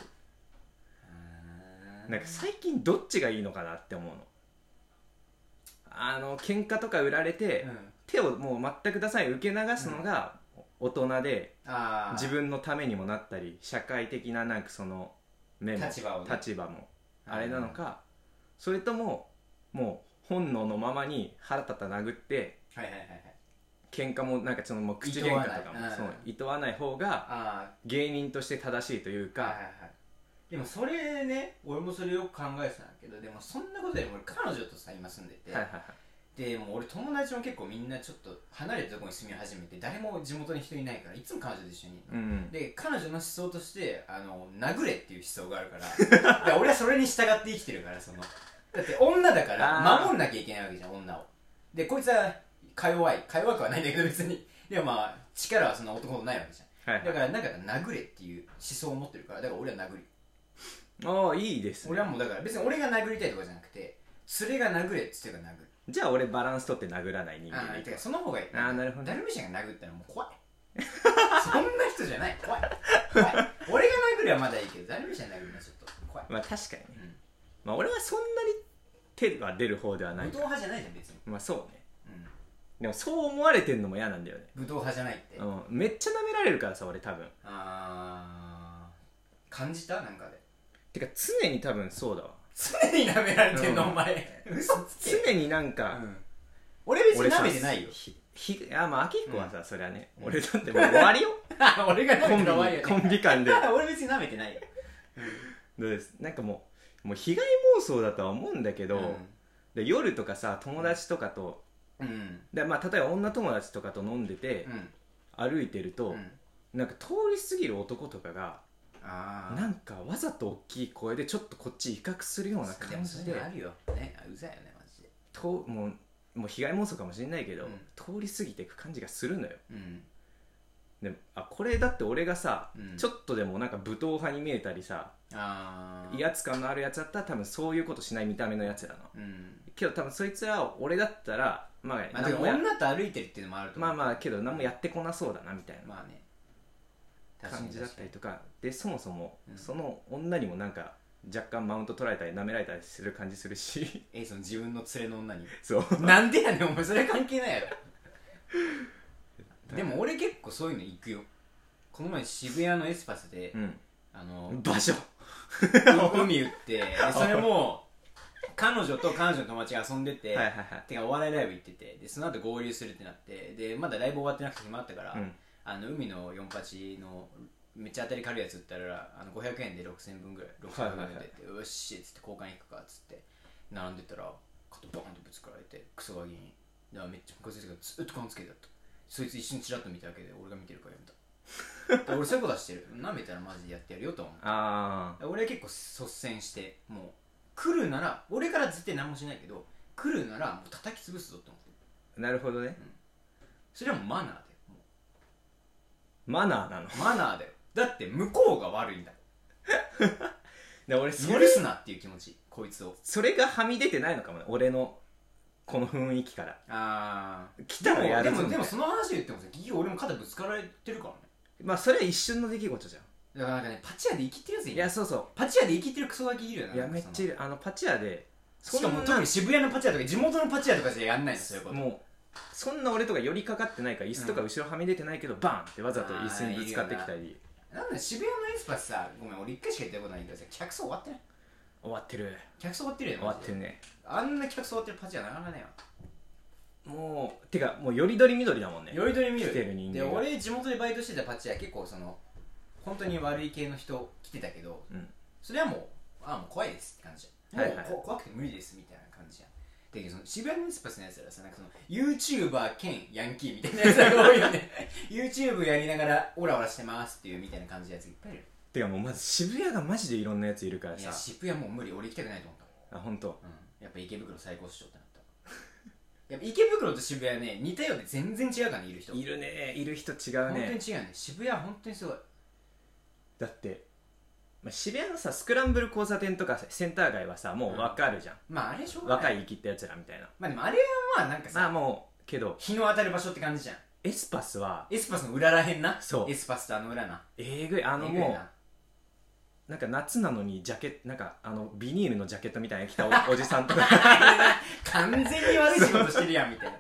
Speaker 2: ー
Speaker 1: なんか最近どっちがいいのかなって思うのあの喧嘩とか売られて、
Speaker 2: うん
Speaker 1: 手をもう全く出さない受け流すのが大人で、
Speaker 2: ああ
Speaker 1: 自分のためにもなったり社会的ななんかその面も
Speaker 2: 立場をね
Speaker 1: 立場もあれなのか、それとももう本能のままに腹立た殴って
Speaker 2: はいはいはいはい
Speaker 1: 喧嘩もなんかそのもう口喧嘩とかも
Speaker 2: 厭わないうん
Speaker 1: そういとわない方が
Speaker 2: あ
Speaker 1: 芸人として正しいという
Speaker 2: あはいはい
Speaker 1: か、
Speaker 2: はいでもそれね俺もそれよく考えてたんだけどでもそんなことよりも俺彼女とさ今住んでて、
Speaker 1: はいはいはい
Speaker 2: でもう俺友達も結構みんなちょっと離れたところに住み始めて誰も地元に人いないからいつも彼女と一緒にいるの、
Speaker 1: うん
Speaker 2: で彼女の思想としてあの殴れっていう思想がある
Speaker 1: [laughs]
Speaker 2: からで俺はそれに従って生きてるからそのだって女だか
Speaker 1: あ
Speaker 2: ら
Speaker 1: ー
Speaker 2: 守んなきゃいけないわけじゃん女をでこいつはか弱いか弱くはないんだけど別にでもまあ力はそんな男ほどないわけじゃ
Speaker 1: はい
Speaker 2: ん
Speaker 1: は
Speaker 2: だ
Speaker 1: い
Speaker 2: からなんか殴れっていう思想を持ってるからだから俺は殴る
Speaker 1: ああいいです
Speaker 2: 俺
Speaker 1: ね
Speaker 2: はもうだから別に俺が殴りたいとかじゃなくて連れが殴れっつってから殴る
Speaker 1: じゃあ俺バランス取って殴らない人間
Speaker 2: あ
Speaker 1: で
Speaker 2: あ
Speaker 1: い
Speaker 2: て
Speaker 1: く
Speaker 2: かその方がいい
Speaker 1: あーなるほど
Speaker 2: ダルビッシュが殴ったらもう怖いそんな人じゃない怖い怖い俺が殴るはまだいいけどダルビッシュが殴るのはちょっと怖い
Speaker 1: まあ確かにね、
Speaker 2: うん
Speaker 1: まあ、俺はそんなに手は出る方ではない
Speaker 2: 武闘派じゃないじゃん別に、
Speaker 1: まあそうね
Speaker 2: うん、
Speaker 1: でもそう思われてんのも嫌なんだよね、
Speaker 2: 武闘派じゃないって、
Speaker 1: う
Speaker 2: あ
Speaker 1: ん、めっちゃ舐められるからさ俺多分
Speaker 2: あー感じたなんかで
Speaker 1: てか常に多分そうだわ
Speaker 2: 常に舐められてんの、
Speaker 1: うん
Speaker 2: お前嘘つけ、
Speaker 1: 常になん
Speaker 2: う
Speaker 1: か、
Speaker 2: ん、俺別に
Speaker 1: さ
Speaker 2: 舐めてないよ
Speaker 1: ひひあまあ明彦はさ、そりゃね
Speaker 2: うん
Speaker 1: 俺だってもう終わ
Speaker 2: [laughs]
Speaker 1: りよ
Speaker 2: 俺が舐
Speaker 1: コ
Speaker 2: め
Speaker 1: ン
Speaker 2: て
Speaker 1: ビ
Speaker 2: るわよ、ね、
Speaker 1: コンビ間で
Speaker 2: 俺別に舐めてないよ
Speaker 1: でなんかもうもう被害妄想だとは思うんだけど、で夜とかさ友達とかと
Speaker 2: うんうん
Speaker 1: で、まあ、例えば女友達とかと飲んでて
Speaker 2: う、ん
Speaker 1: 歩いてると、
Speaker 2: うん
Speaker 1: なんか通り過ぎる男とかが
Speaker 2: ああ
Speaker 1: なんかわざと大きい声でちょっとこっち威嚇するような感じ
Speaker 2: で
Speaker 1: で
Speaker 2: もそういうのあるよねあうざいよねマジで
Speaker 1: ともうもう被害妄想かもしれないけど、
Speaker 2: うん
Speaker 1: 通り過ぎていく感じがするのよ
Speaker 2: うん
Speaker 1: であこれだって俺がさ、
Speaker 2: うん
Speaker 1: ちょっとでもなんか武闘派に見えたりさ
Speaker 2: ああ
Speaker 1: 威圧感のあるやつだったら多分そういうことしない見た目のやつらの
Speaker 2: うん
Speaker 1: けど多分そいつらを俺だったらまあ、
Speaker 2: まあ
Speaker 1: なん
Speaker 2: で
Speaker 1: も
Speaker 2: も
Speaker 1: や
Speaker 2: 女と歩いてるっていうのもあると
Speaker 1: ま
Speaker 2: 思
Speaker 1: あ
Speaker 2: う
Speaker 1: まあけど何もやってこなそうだなみたいな
Speaker 2: まあね
Speaker 1: 感じだったり
Speaker 2: と
Speaker 1: とかでそもそも
Speaker 2: うん
Speaker 1: その女にもなんか若干マウント取られたり舐められたりする感じするし
Speaker 2: [laughs] えその自分の連れの女に
Speaker 1: そう
Speaker 2: [laughs] なんでやねんお前それ関係ない [laughs] やろでも俺結構そういうの行くよこの前渋谷のエスパスで、
Speaker 1: うん
Speaker 2: あの [laughs]
Speaker 1: 場所
Speaker 2: 海打ってでそれも彼女と彼女の友達が遊んでて、
Speaker 1: はいはいはい
Speaker 2: てかお笑いライブ行っててでその後合流するってなってでまだライブ終わってなくて暇あったから、
Speaker 1: うん
Speaker 2: あの海の48のめっちゃ当たり軽いやつ売ったらあの500円で6000円分ぐらい6000円分でって、よっしっつって交換行くかっつって並んでたら肩ボーンとぶつかられてクソガキにだからめっちゃムカついたけどずっと勘つけてたとそいつ一瞬チラッと見ただけで俺が見てるからやめた俺そういうことはしてるなめたらマジでやってやるよとは思う
Speaker 1: あ
Speaker 2: 俺は結構率先してもう来るなら俺から絶対何もしないけど来るならもう叩き潰すぞって思ってる
Speaker 1: あなるほどね
Speaker 2: それはもうマナーだよも
Speaker 1: マナーなの
Speaker 2: うマナーだよだって向こうが悪いんだ
Speaker 1: で俺
Speaker 2: 許
Speaker 1: それ
Speaker 2: すなっていう気持ちこいつを
Speaker 1: それがはみ出てないのかもね俺のこの雰囲気から
Speaker 2: ああ
Speaker 1: 来たらや
Speaker 2: で
Speaker 1: る
Speaker 2: も
Speaker 1: ぞ
Speaker 2: でも
Speaker 1: みた
Speaker 2: で
Speaker 1: い
Speaker 2: も
Speaker 1: な
Speaker 2: その話で言ってもさ結局俺も肩ぶつかられてるからね
Speaker 1: まあそれは一瞬の出来事じゃん
Speaker 2: だからなんかねパチ屋で生きてるやついる
Speaker 1: いやそうそ
Speaker 2: パチ屋で生きてるクソガキいるよ
Speaker 1: う
Speaker 2: ない
Speaker 1: やめっちゃいるあのパチ屋で
Speaker 2: そのしかも特に渋谷のパチ屋とか地元のパチ屋とかじゃやんないのそういうこと
Speaker 1: もうそんな俺とか寄りかかってないから椅子とか後ろはみ出てないけど、バンってわざと椅子にぶつかってきたり
Speaker 2: なんだ渋谷のエスパスさごめん俺一回しか行ったことないんだけどさ客層終わってない
Speaker 1: 終わってる
Speaker 2: 客層終わってるよね
Speaker 1: 終わってるね
Speaker 2: あんな客層終わってるパチ屋なかなかね
Speaker 1: もうてかもうよりどりみどりだもんね
Speaker 2: よりどり見
Speaker 1: 来てる人間
Speaker 2: で
Speaker 1: が
Speaker 2: 俺地元でバイトしてたパチ屋結構その本当に悪い系の人来てたけど
Speaker 1: うん
Speaker 2: それはもうあもう怖いですって感じじゃん
Speaker 1: は
Speaker 2: も、
Speaker 1: いうはい
Speaker 2: こ怖くて無理ですみたいな感じじゃんだけどその渋谷のエスパスのやつらさなんかその YouTuber 兼ヤンキーみたいなやつらが多いよ
Speaker 1: [laughs]
Speaker 2: ね YouTube やりながらオラオラしてますっていうみたいな感じのやついっぱいいる
Speaker 1: てかもうまず渋谷がマジでいろんなやついるから
Speaker 2: いや
Speaker 1: さ
Speaker 2: 渋谷もう無理俺行きたくないと思った
Speaker 1: あ本当。
Speaker 2: うんやっぱ池袋最高っしょってなったやっぱ池袋と渋谷ね似たようで全然違うからねいる人
Speaker 1: いるねいる人違う
Speaker 2: 本当に
Speaker 1: ね
Speaker 2: 違うね渋谷は本当にすごい
Speaker 1: だって、まあ、渋谷のさスクランブル交差点とかさセンター街はさもう分かるじゃん、
Speaker 2: まああれしょうがない
Speaker 1: 若い生きったやつらみたいな
Speaker 2: まあでもあれはまあなんかさ、
Speaker 1: まあもうけど
Speaker 2: 日の当たる場所って感じじゃん
Speaker 1: エスパスは
Speaker 2: エスパスの裏らへんな
Speaker 1: そう
Speaker 2: エスパスとあの裏な
Speaker 1: えぐいあ
Speaker 2: あ
Speaker 1: の
Speaker 2: えぐい
Speaker 1: も
Speaker 2: な
Speaker 1: うなんか夏なのにジャケットなんかあのビニールのジャケットみたいなの着
Speaker 2: [laughs]
Speaker 1: たおおじさんとか
Speaker 2: 完全に悪い仕事してるやんみたいな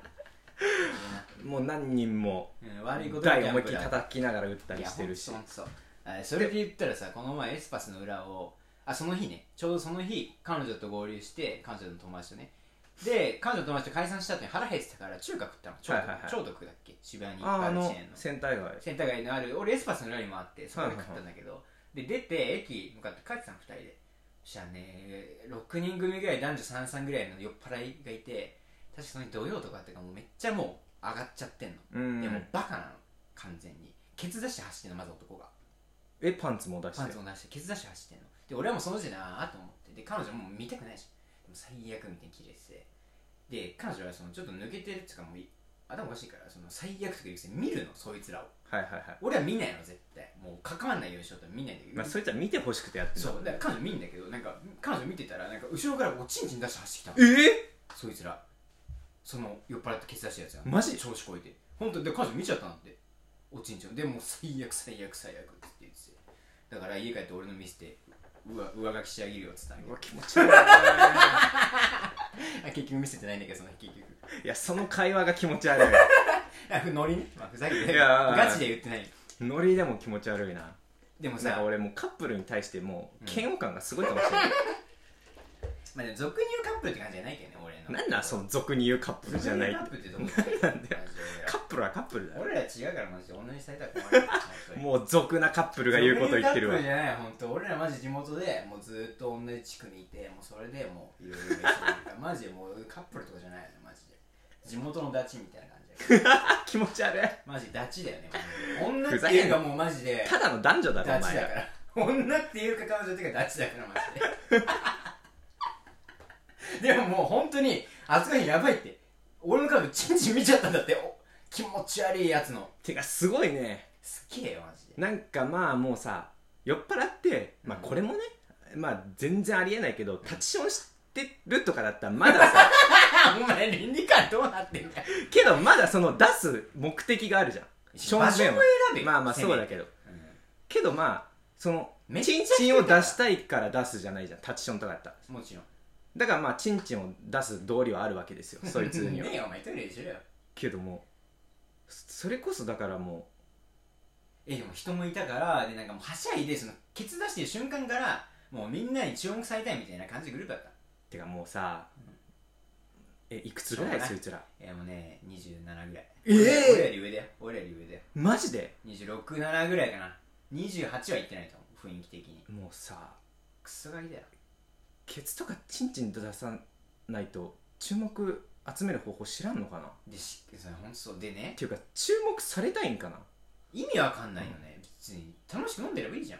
Speaker 1: もう何人も
Speaker 2: いいなうん悪いこと
Speaker 1: 台思いっきり
Speaker 2: っ
Speaker 1: 叩きながら打ったりしてるし
Speaker 2: いやほんとそうあそれで言ったらさこの前エスパスの裏をあその日ねちょうどその日彼女と合流して彼女の友達とねで彼女の友達と解散した後に腹減ってたから中華食ったの超
Speaker 1: はいはいはい
Speaker 2: 徳超徳だっけ渋谷にいっぱい
Speaker 1: あ
Speaker 2: あ
Speaker 1: あ
Speaker 2: るチェ
Speaker 1: の
Speaker 2: ーンの
Speaker 1: センター街
Speaker 2: センター街のある俺エスパスの裏にもあってそこで食ったんだけど、で出て駅向かって帰ってたの2人でそしたらね6人組ぐらい男女33ぐらいの酔っ払いがいて確かその日土曜とかってかもうめっちゃもう上がっちゃってんの、
Speaker 1: うん
Speaker 2: でもうバカなの完全にケツ出して走ってんのまず男が
Speaker 1: えパンツも出して
Speaker 2: パンツも出してケツ出して走ってんので俺はもうその時点でああと思ってで彼女もう見たくないしでも最悪みたいに切れててで彼女はそのちょっと抜けてるっていうかもうい頭おかしいからその最悪とか言うくせに見るのそいつらを
Speaker 1: はいはいはい
Speaker 2: 俺は見ないの絶対もう関わんないようにしようと見ないんだけど、
Speaker 1: まあそいつは見てほしくてやってる
Speaker 2: そうだから彼女見んだけどなんか彼女見てたらなんか後ろからおちんちん出して走ってきたの
Speaker 1: え
Speaker 2: そいつらその酔っ払ってケツ出したやつが
Speaker 1: マ [laughs] ジ
Speaker 2: 調子こいて本当で彼女見ちゃったんだっておちんちんでもう最悪最悪最悪って言っててだから家帰って俺の見せてうわ上書きしてあげるよっつったんだけ
Speaker 1: う
Speaker 2: ど
Speaker 1: わ気持ち悪いな
Speaker 2: あ結局見せてないんだけどその日結局
Speaker 1: いやその会話が気持ち悪い
Speaker 2: あふノリね、まあ、ふざけて
Speaker 1: いやー
Speaker 2: ガチで言ってない
Speaker 1: ノリでも気持ち悪いな
Speaker 2: でも
Speaker 1: なん
Speaker 2: さ
Speaker 1: か俺もうカップルに対してもう嫌悪感がすごいかもしれない、
Speaker 2: まあ、でも俗に言うカップルって感じじゃないけどね俺の
Speaker 1: なんだその俗に言うカップルじゃない [laughs]
Speaker 2: カップルってどうなんだよ
Speaker 1: カップルはカップルだよ
Speaker 2: 俺ら違うからマジで同じされたら困るよ
Speaker 1: もう俗なカップルが言うこと言ってるわ
Speaker 2: カップルじゃない本当俺らマジ地元でもうずっと同じ地区にいてもうそれでもういろいろ飯食うからマジでもうカップルとかじゃないよねマジで地元のダチみたいな感じだけど
Speaker 1: 気持ち悪い
Speaker 2: マジダチだよねほんと女っていうかもうマジで
Speaker 1: ただの男女だろ
Speaker 2: ダ
Speaker 1: お
Speaker 2: チ
Speaker 1: 前
Speaker 2: だからら女っていうか彼女っていうかダチだからマジででももう本当にあそこにやばいって俺の彼女チンチン見ちゃったんだってお気持ち悪いやつの
Speaker 1: てかすごいね
Speaker 2: すっげえよマジで
Speaker 1: なんかまあもうさ酔っ払ってまあこれもね、まあ全然ありえないけど立ちションしてるとかだったらまださ
Speaker 2: [laughs] あお前倫理観どうなってんだよ
Speaker 1: けどまだその出す目的があるじゃん正面を
Speaker 2: 場所も選べよ
Speaker 1: まあまあ
Speaker 2: せめて
Speaker 1: そうだけどけどまあその
Speaker 2: めっちゃ
Speaker 1: チンチンを出したいから出すじゃないじゃんタッチションとかだったら
Speaker 2: もちろん
Speaker 1: だからまあチンチンを出す道理はあるわけですよそいつには
Speaker 2: [laughs] ねえお前トイレでしろよ
Speaker 1: けどもそそれこそだからも
Speaker 2: えでも人もいたからでなんかもうはしゃいでそのケツ出してる瞬間からもうみんなに注目されたいみたいな感じでグループだった
Speaker 1: うてかもうさえいくつぐらいそ
Speaker 2: しょうがない
Speaker 1: いつら
Speaker 2: えもうね27ぐらい
Speaker 1: ええ
Speaker 2: 俺らより上だよ俺らより上だよ
Speaker 1: マジで
Speaker 2: 267ぐらいかな28は行ってないと思う雰囲気的に
Speaker 1: もうさ
Speaker 2: クソガキだよ
Speaker 1: ケツとかチンチン出さないと注目集める方法知らんのかなっ
Speaker 2: でしそれ本当そうでね
Speaker 1: ていうか注目されたいんかな
Speaker 2: 意味わかんないよね、別に楽しく飲んでればいいじゃん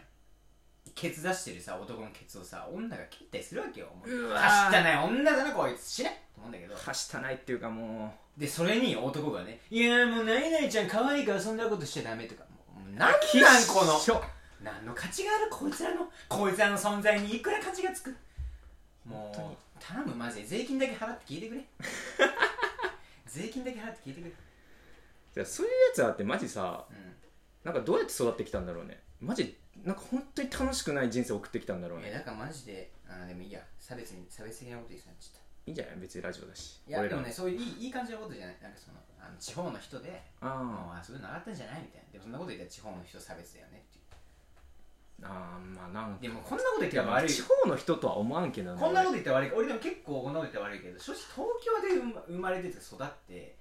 Speaker 2: ケツ出してるさ男のケツをさ女が蹴ったりするわけよもう
Speaker 1: う
Speaker 2: はした
Speaker 1: い
Speaker 2: ない女だなこいつしないと思うんだけど
Speaker 1: はしたないっていうかも
Speaker 2: でそれに男がね「いやーもう何々ちゃん可愛いからそんなことしちゃダメ」とかもうなんなん
Speaker 1: う
Speaker 2: この
Speaker 1: きっしょ
Speaker 2: 何の価値があるこいつらのこいつらの存在にいくら価値がつくも
Speaker 1: 本
Speaker 2: う頼むマジで税金だけ払って聞いてくれ [laughs] 税金だけ払って聞いてくれ
Speaker 1: じゃあそういうやつらってマジさ
Speaker 2: う
Speaker 1: なんかどうやって育ってきたんだろうねマジなんか本当に楽しくない人生送ってきたんだろうん
Speaker 2: いや
Speaker 1: ね
Speaker 2: だからマジであーでもいいや差別に差別的なこと言いそうになっちゃっ
Speaker 1: いいんじゃない別にラジオだした
Speaker 2: いや
Speaker 1: 俺
Speaker 2: で
Speaker 1: ら
Speaker 2: も
Speaker 1: の
Speaker 2: ねそういういいいい感じのことじゃないなんかそのあの地方の人で
Speaker 1: あ
Speaker 2: もうあそういうの上がったんじゃないみたいなでもそんなこと言ったら地方の人差別だよねって
Speaker 1: ー
Speaker 2: い
Speaker 1: あーまあなん
Speaker 2: う
Speaker 1: か
Speaker 2: でもこんなこと言っ
Speaker 1: いや
Speaker 2: たら
Speaker 1: まあ
Speaker 2: 悪い
Speaker 1: 地方の人とは思わんけどね
Speaker 2: こんなこと言ったら悪い俺でも結構こんなこと言ったら悪いけど正直東京で生ま生まれてて育って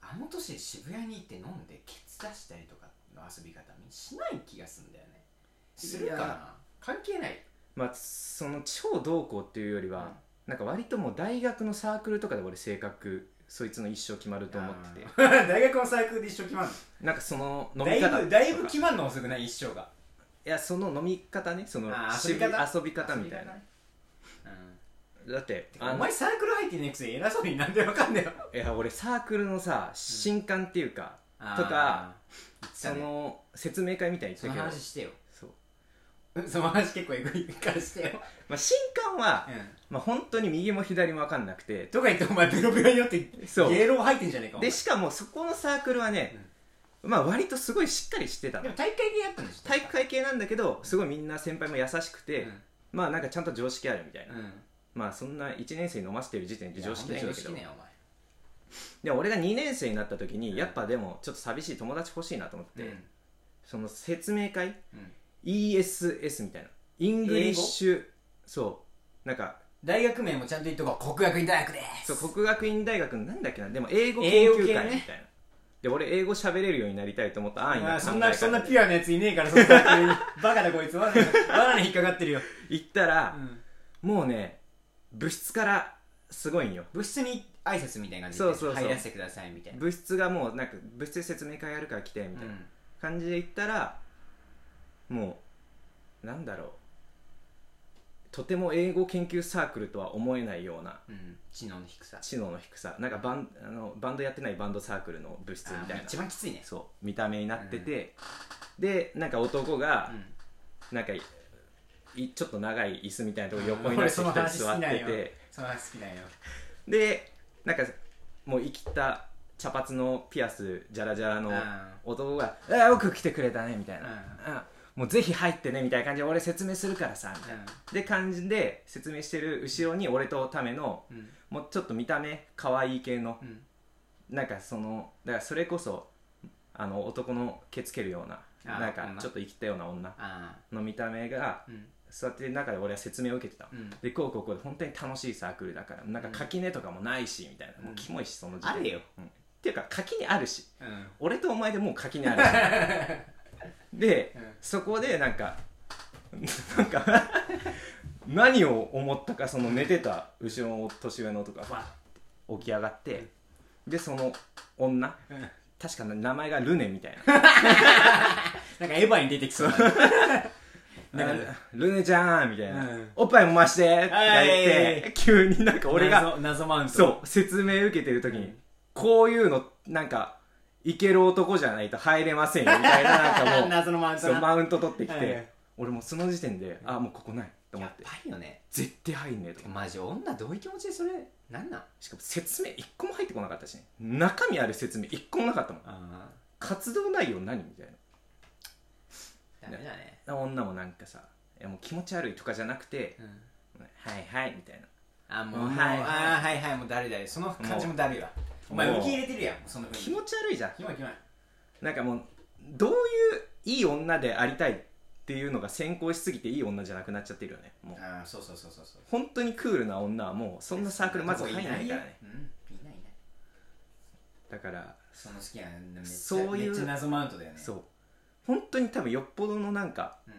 Speaker 2: あの年で渋谷に行って飲んでケツ出したりとかの遊び方しない気がするんだよねするか
Speaker 1: い
Speaker 2: な関係ない
Speaker 1: まあその地方同行っていうよりは、なんか割ともう大学のサークルとかで俺性格そいつの一生決まると思ってて
Speaker 2: あー [laughs] 大学のサークルで一生決まん
Speaker 1: なんかその飲
Speaker 2: の
Speaker 1: み
Speaker 2: だい
Speaker 1: 方と
Speaker 2: ぶ
Speaker 1: か
Speaker 2: だいぶ決まんの遅くない一生が
Speaker 1: いやその飲み方ねその
Speaker 2: あー
Speaker 1: 遊び
Speaker 2: 遊び方
Speaker 1: 遊び方みたいなだって
Speaker 2: うん、
Speaker 1: あ
Speaker 2: お
Speaker 1: の
Speaker 2: 前サークル入ってねえくせに偉そうになんでわかんねえよ
Speaker 1: いや俺サークルのさ新刊っていうか、とかその説明会みたいに
Speaker 2: そ
Speaker 1: 言っ
Speaker 2: の
Speaker 1: たけど
Speaker 2: 話してよ
Speaker 1: そう、
Speaker 2: その話結構エグいからしてよ、
Speaker 1: まあ、新刊は、
Speaker 2: [laughs] うん
Speaker 1: まあ、本当に右も左も分かんなくて
Speaker 2: とか言ってお前ベロベロになって
Speaker 1: そう
Speaker 2: イエロー入ってんじゃねえかお前
Speaker 1: でしかもそこのサークルはね、まあ割とすごいしっかりしてたの
Speaker 2: でも大会でやったんでしょ
Speaker 1: 体育会系なんだけどすごいみんな先輩も優しくて、
Speaker 2: うん
Speaker 1: まあなんかちゃんと常識あるみたいな、
Speaker 2: うん
Speaker 1: まあそんな1年生に飲ませてる時点で常識ないんだけど
Speaker 2: いやほんと常識ね
Speaker 1: でも俺が2年生になった時に、
Speaker 2: うん
Speaker 1: やっぱでもちょっと寂しい友達欲しいなと思っ
Speaker 2: お
Speaker 1: て、
Speaker 2: 前
Speaker 1: その説明会
Speaker 2: うん
Speaker 1: ESS みたいなイングリッシュそうなんか
Speaker 2: 大学名もちゃんと言っとこう国学院大学です
Speaker 1: そう国学院大学のなんだっけなでも英語研
Speaker 2: 英語系
Speaker 1: 究会みたいな、
Speaker 2: ね
Speaker 1: で俺英語喋れるようになりたいと思った安易な考
Speaker 2: あー
Speaker 1: え
Speaker 2: そんなそんな
Speaker 1: 方
Speaker 2: ピ
Speaker 1: で
Speaker 2: ュアなやついねえからそんな [laughs] バカだこいつバカに引っかかってるよ、
Speaker 1: 行った
Speaker 2: う
Speaker 1: ら、
Speaker 2: ん、
Speaker 1: もうね部室からすごいんよ
Speaker 2: 部室に挨拶みたいな感じで
Speaker 1: そうそうそう
Speaker 2: 入らせてくださいみたいな、
Speaker 1: 部室がもうなんか部室で説明会やるから来てみたいな、感じで言ったらもうなんだろうとても英語研究サークルとは思えないような
Speaker 2: うんうん、知能の低さ
Speaker 1: 知能の低さなんかバンあのバンドやってないバンドサークルの部室み
Speaker 2: あ
Speaker 1: たい
Speaker 2: ー
Speaker 1: な
Speaker 2: 一番きついね
Speaker 1: そう見た目になってて、でなんか男が、
Speaker 2: う
Speaker 1: なんかいいちょっと長い椅子みたいなとこ横にな
Speaker 2: [laughs] 俺
Speaker 1: って
Speaker 2: そ
Speaker 1: 一
Speaker 2: の話
Speaker 1: 人座
Speaker 2: 好
Speaker 1: っ
Speaker 2: き
Speaker 1: て
Speaker 2: なんよ
Speaker 1: て
Speaker 2: その話好きなんよ
Speaker 1: でなんかもう生きった茶髪のピアスジャラジャラの
Speaker 2: うん
Speaker 1: 男が「えー、よく来てくれたね」みたいな
Speaker 2: う
Speaker 1: 「
Speaker 2: ん
Speaker 1: うんもうぜひ入ってね」みたいな感じで俺説明するからさみたいな。で感じで説明してる後ろに俺とための
Speaker 2: うんうん
Speaker 1: もうちょっと見た目可愛い系の
Speaker 2: うん
Speaker 1: なんかそのだからそれこそあの男のケツけるような
Speaker 2: あ
Speaker 1: なんか
Speaker 2: 女
Speaker 1: ちょっと生きったような女
Speaker 2: あ
Speaker 1: の見た目が
Speaker 2: ーうん
Speaker 1: 座ってる中で俺は説明を受けてたの
Speaker 2: うん
Speaker 1: でこうこうこうで本当に楽しいサークルだからなんか垣根とかもないしみたいな、もうキモいしその時
Speaker 2: あれよ、
Speaker 1: うんっていうか垣根あるし
Speaker 2: うん
Speaker 1: 俺とお前でもう垣根あるし
Speaker 2: [laughs]
Speaker 1: で、
Speaker 2: うん
Speaker 1: そこでなんか [laughs] なんか何を思ったかその寝てた後ろの年上の男がわっ起き上がってでその女
Speaker 2: うん
Speaker 1: 確か名前がルネみたいな
Speaker 2: なんかエヴァに出てきそう [laughs]
Speaker 1: な
Speaker 2: な。なんん
Speaker 1: か
Speaker 2: か
Speaker 1: ルネちゃんみたいな、
Speaker 2: うん
Speaker 1: おっぱいもましてって言っ
Speaker 2: は
Speaker 1: て急になんか俺が
Speaker 2: 謎謎マウント。
Speaker 1: そう説明受けてる時に、こういうのなんかいける男じゃないと入れませんよみたいななんかもう
Speaker 2: 謎のマウント
Speaker 1: そう
Speaker 2: [laughs] な。
Speaker 1: マウント取ってきて、
Speaker 2: はい
Speaker 1: 俺もうその時点であもうここないと思
Speaker 2: や
Speaker 1: っ
Speaker 2: ってぱいよね。
Speaker 1: 絶対入んねえと思って
Speaker 2: マジ女どういう気持ちでそれ、なんなん
Speaker 1: しかも説明一個も入ってこなかったしね中身ある説明一個もなかったもん
Speaker 2: あ
Speaker 1: 活動内容何みたい
Speaker 2: ダメだね。
Speaker 1: な女もなんかさいやもう気持ち悪いとかじゃなくて
Speaker 2: うん
Speaker 1: 「はいはい」みたいな
Speaker 2: あ、もう、
Speaker 1: もうは
Speaker 2: はいい、あーはいはい、もうだるいだるい。その感じもだるいわ。お前
Speaker 1: もう
Speaker 2: 受け入れてるやん、その
Speaker 1: 気
Speaker 2: 雰囲
Speaker 1: 持ち悪いじゃん
Speaker 2: 気持ち悪い。
Speaker 1: なんかもうどういういい女でありたいっていうのが先行しすぎていい女じゃなくなっちゃってるよねもう
Speaker 2: ああ、そうそうそうそうそう。
Speaker 1: 本当にクールな女はもうそんなサークルまず入んないから
Speaker 2: いよ
Speaker 1: ね
Speaker 2: うん、いないいない。
Speaker 1: だから
Speaker 2: その好きな、めっちゃ
Speaker 1: そういう
Speaker 2: めっちゃ謎マウントだよね。
Speaker 1: そう本当に多分よっぽどのなんか
Speaker 2: うん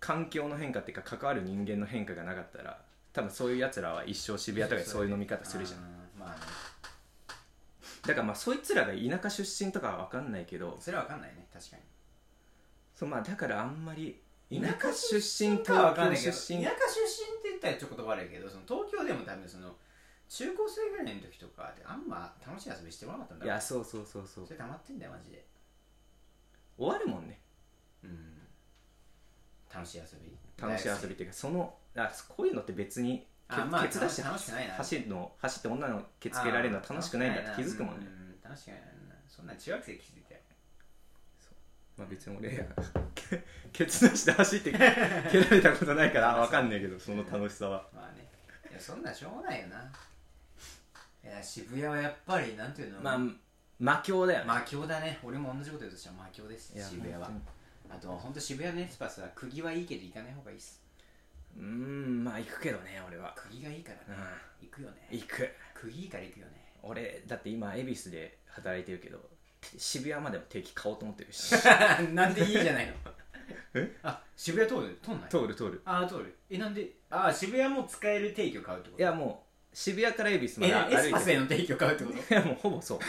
Speaker 1: 環境の変化っていうか関わる人間の変化がなかったら多分そういうやつらは一生渋谷とかでそういう飲み方するじゃん
Speaker 2: んまあね
Speaker 1: だからまあそいつらが田舎出身とかは分かんないけど
Speaker 2: それは分かんないね確かに
Speaker 1: そうまあだからあんまり田舎
Speaker 2: 田舎
Speaker 1: 出身
Speaker 2: かは
Speaker 1: 東
Speaker 2: 分かん
Speaker 1: 京
Speaker 2: ないけど田舎
Speaker 1: 出
Speaker 2: 出身
Speaker 1: 身
Speaker 2: って言ったらちょっと言葉悪いけどその東京でも多分その中高生ぐらいの時とかであんま楽しい遊びしてもらなかったんだ
Speaker 1: い
Speaker 2: ろう
Speaker 1: やそうそうそうそう
Speaker 2: それ溜まってんだよマジで
Speaker 1: 終わるもんね
Speaker 2: うん楽しい遊び
Speaker 1: 楽しい遊びっていうかそのあこういうのって別にケ
Speaker 2: あまあ
Speaker 1: ケツ出して
Speaker 2: 楽しくないな
Speaker 1: 走るの走って女のケつけられるのは楽しくないんだって気づくもんね
Speaker 2: ううん楽しくないなそんなん中学生気づいたよ
Speaker 1: まあ別に俺や [laughs] ケケツ出して走って蹴られたことない [laughs] から分かんないけどその楽しさは
Speaker 2: まあねいやそんなんしょうがないよないや渋谷はやっぱりなんていうの
Speaker 1: まあ魔境だよね
Speaker 2: 魔境だね俺も同じこと言うとしたら魔境です
Speaker 1: いや
Speaker 2: 渋谷は
Speaker 1: 本
Speaker 2: あと本当渋谷のエスパスは釘はいいけど行かない方がいいっす
Speaker 1: 当にうーんまあ行くけどね俺は
Speaker 2: 釘がいいから
Speaker 1: う
Speaker 2: ね
Speaker 1: ん
Speaker 2: 行くよね
Speaker 1: 行く
Speaker 2: 釘いいから行くよね
Speaker 1: 俺だって今恵比寿で働いてるけど渋谷までも定期買おうと思ってるし
Speaker 2: なんでいいじゃないの
Speaker 1: え
Speaker 2: あ渋谷通る通んな
Speaker 1: [laughs]
Speaker 2: い
Speaker 1: 通る通る
Speaker 2: ああ通るえなんでああ渋谷も使える定期を買うってこ
Speaker 1: い
Speaker 2: と
Speaker 1: やもう渋谷から恵比寿ま
Speaker 2: え
Speaker 1: で
Speaker 2: な
Speaker 1: 歩い
Speaker 2: エ
Speaker 1: て
Speaker 2: スパスへの定期を買うってこと
Speaker 1: [laughs] いやもうほぼそう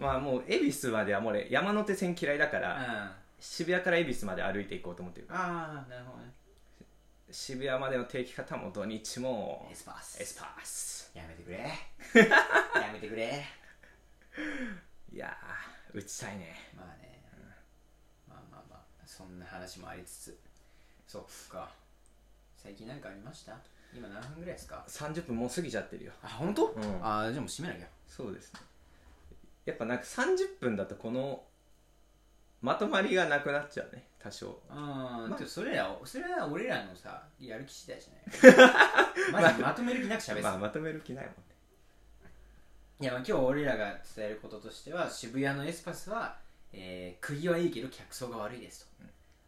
Speaker 1: [laughs] まあもう恵比寿まではもう俺山手線嫌いだか
Speaker 2: うん
Speaker 1: ら、
Speaker 2: あ
Speaker 1: 渋谷から恵比寿まで歩いていこうと思ってる
Speaker 2: あなるほどね
Speaker 1: 渋谷までの定期方も土日も
Speaker 2: エスパス
Speaker 1: エスパース
Speaker 2: やめてくれやめてくれ
Speaker 1: いやー打ちたいね
Speaker 2: まあね、まあまあまあそんな話もありつつそっか最近なんかありました今何分ぐらいですか
Speaker 1: 30分もう過ぎちゃってるよ
Speaker 2: あ本当？
Speaker 1: うん
Speaker 2: ああじゃあもう閉めなきゃ
Speaker 1: そうですねやっぱなんか30分だとこのまとまりがなくなっちゃうね多少
Speaker 2: うん、
Speaker 1: まあ
Speaker 2: でもそれらをそれらは俺らのさやる気次第じゃないマジ [laughs] でまとめる気なく喋ってた
Speaker 1: まあまとめる気ないもんね
Speaker 2: いやまあ今日俺らが伝えることとしては渋谷のエスパスは、えー、釘はいいけど客層が悪いです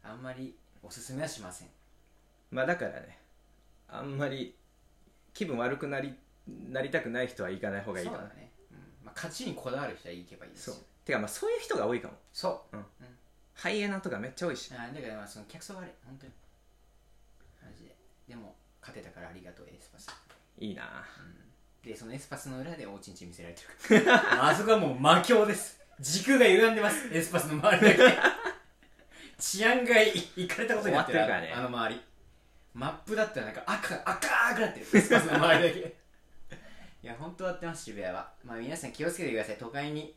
Speaker 2: と、あんまりおすすめはしません
Speaker 1: まあだからねあんまり気分悪くなりなりたくない人は行かない方がいい
Speaker 2: そう
Speaker 1: か
Speaker 2: だ
Speaker 1: な
Speaker 2: ね、うんまあ、勝ちにこだわる人は行けばいいです
Speaker 1: そう
Speaker 2: よ
Speaker 1: てかまあそういう人が多いかも
Speaker 2: そう
Speaker 1: ハイエナとかめっちゃ多いし
Speaker 2: あーだからまあその客層が悪い本当にマジででも勝てたからありがとうエスパス
Speaker 1: いいな
Speaker 2: でそのエスパスの裏でおちんちん見せられてるから [laughs] あそこはもう魔境です時空が歪んでますエスパスの周りだ [laughs] け治安がいいかれたことになってる
Speaker 1: 終わってるからね
Speaker 2: あの周りマップだったらなんか赤赤くなってるエスパスの周りだけ [laughs] いや本当はってます渋谷はまあ皆さん気をつけてください都会に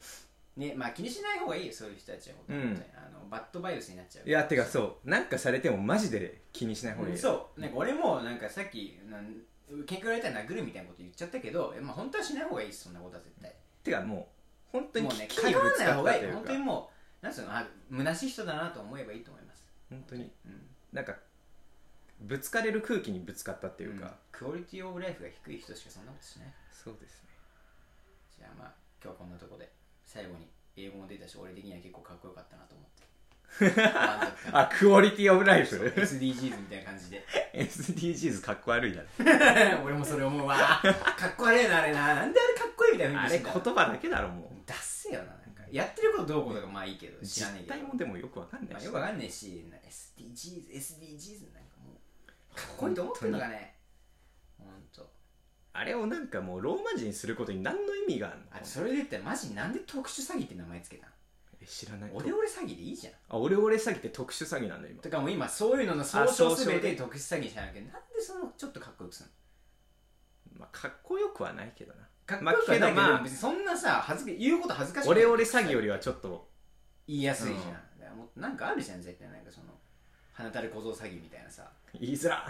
Speaker 2: ねまあ気にしない方がいいよそういう人たちは本当に、
Speaker 1: うん
Speaker 2: あのバッドバイオスになっちゃう
Speaker 1: いやてかそうなんかされてもマジで気にしない方がいい、
Speaker 2: そうなんか俺もなんかさっきなん喧嘩売られたら殴るみたいなこと言っちゃったけど、えまあ、本当はしない方がいいですそんなことは絶対
Speaker 1: てかもう本当に
Speaker 2: もうね
Speaker 1: 危機に
Speaker 2: 関わ
Speaker 1: ぶ
Speaker 2: ら
Speaker 1: つ
Speaker 2: ない
Speaker 1: か
Speaker 2: 方
Speaker 1: っ
Speaker 2: が
Speaker 1: た
Speaker 2: い
Speaker 1: と
Speaker 2: い
Speaker 1: いう
Speaker 2: 本
Speaker 1: か
Speaker 2: 当にもうなんつうのあ虚しい人だなと思えばいいと思います、
Speaker 1: 本当に
Speaker 2: うん、っ
Speaker 1: なんかぶつかれる空気にぶつかったって
Speaker 2: て
Speaker 1: い
Speaker 2: いうう
Speaker 1: か、
Speaker 2: か、クオリティオブライフが低い人しかそんなことしない
Speaker 1: そうですね
Speaker 2: じゃあまあ今日はこんなとこで最後に英語も出たし俺的には結構かっこよかったなと
Speaker 1: [laughs]
Speaker 2: 思って満
Speaker 1: あクオリティオブライ
Speaker 2: 足感
Speaker 1: フ
Speaker 2: SDGs みたいな感じで [laughs]
Speaker 1: SDGs かっこ悪いな
Speaker 2: 俺もそれ
Speaker 1: [laughs]
Speaker 2: 思うわかっこ悪いなあれななんであれかっこいいみたいな
Speaker 1: あ
Speaker 2: 雰囲
Speaker 1: れ
Speaker 2: 気してん
Speaker 1: 言
Speaker 2: だろう
Speaker 1: 葉だけだろもう
Speaker 2: 出せよななんかやってることどうこうとかまあいいけど知らねえ
Speaker 1: 実
Speaker 2: けど
Speaker 1: 態もでもよくわかんな
Speaker 2: ま
Speaker 1: い
Speaker 2: あ、
Speaker 1: し、
Speaker 2: よくわかんねえしな SDGs SDGs なんかもうかっこいいと思ってんのかねほんと
Speaker 1: あれをなんかもうローマ字にすることに何の意味があるの
Speaker 2: あそれで言ったらマジなんで特殊詐欺って名前つけたん
Speaker 1: え知らない
Speaker 2: オレオレ詐欺でいいじゃん
Speaker 1: あオレオレ詐欺って特殊詐欺なんだ今
Speaker 2: とかもう今そういうのの総称すべて特殊詐欺じゃなくてなんでそのちょっとかっこよくすんの
Speaker 1: まあかっこよくはないけどな
Speaker 2: かっこよくはないけど,、
Speaker 1: まあけどまあ
Speaker 2: 別にそんなさ恥ずか言うこと恥ずかしく
Speaker 1: オレオレ詐欺よ
Speaker 2: り
Speaker 1: りはちょっと
Speaker 2: 言いやすいじゃん、
Speaker 1: うん
Speaker 2: だからもっとなんかあるじゃん絶対なんかその鼻たれ小僧詐欺みたいなさ
Speaker 1: 言いづら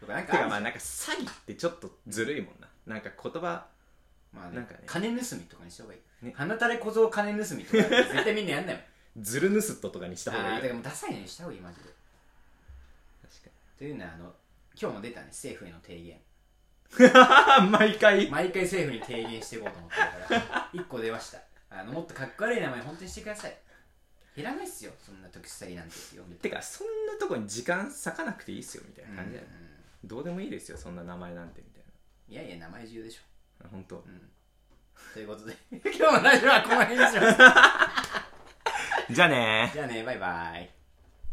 Speaker 2: とかなん
Speaker 1: て
Speaker 2: かあるじゃ
Speaker 1: か
Speaker 2: ん
Speaker 1: まあなんか詐欺ってちょっとずるいもんななんか言葉
Speaker 2: まあね、
Speaker 1: なんかね
Speaker 2: 金盗みとかにした方がいい、
Speaker 1: ね
Speaker 2: 鼻たれ小僧金盗みとか絶対みんなや
Speaker 1: [laughs]
Speaker 2: んないもん
Speaker 1: ずるぬすっととかにした方
Speaker 2: あ
Speaker 1: が
Speaker 2: あ
Speaker 1: い
Speaker 2: ー
Speaker 1: い
Speaker 2: だか
Speaker 1: よ
Speaker 2: らもうダサいのにした方がいいマジでというのはあの今日も出たね政府への提言
Speaker 1: 確かに [laughs] 毎回
Speaker 2: 毎回政府に提言していこうと思ってるか
Speaker 1: [laughs]
Speaker 2: ら一個出ましたあのもっとかっこ悪い名前本当にしてください減らないっすよそんな特殊詐欺なんて読んで
Speaker 1: てかそんなとこに時間割かなくていいっすよみたいな感じだよね、
Speaker 2: う
Speaker 1: どうでもいいですよそんな名前なんてみたい
Speaker 2: んいやいや名前重要でしょ、
Speaker 1: なあ本当
Speaker 2: [laughs] うん、ということで今日のラジオはこの辺にします
Speaker 1: じゃあねー
Speaker 2: じゃあねバイバイ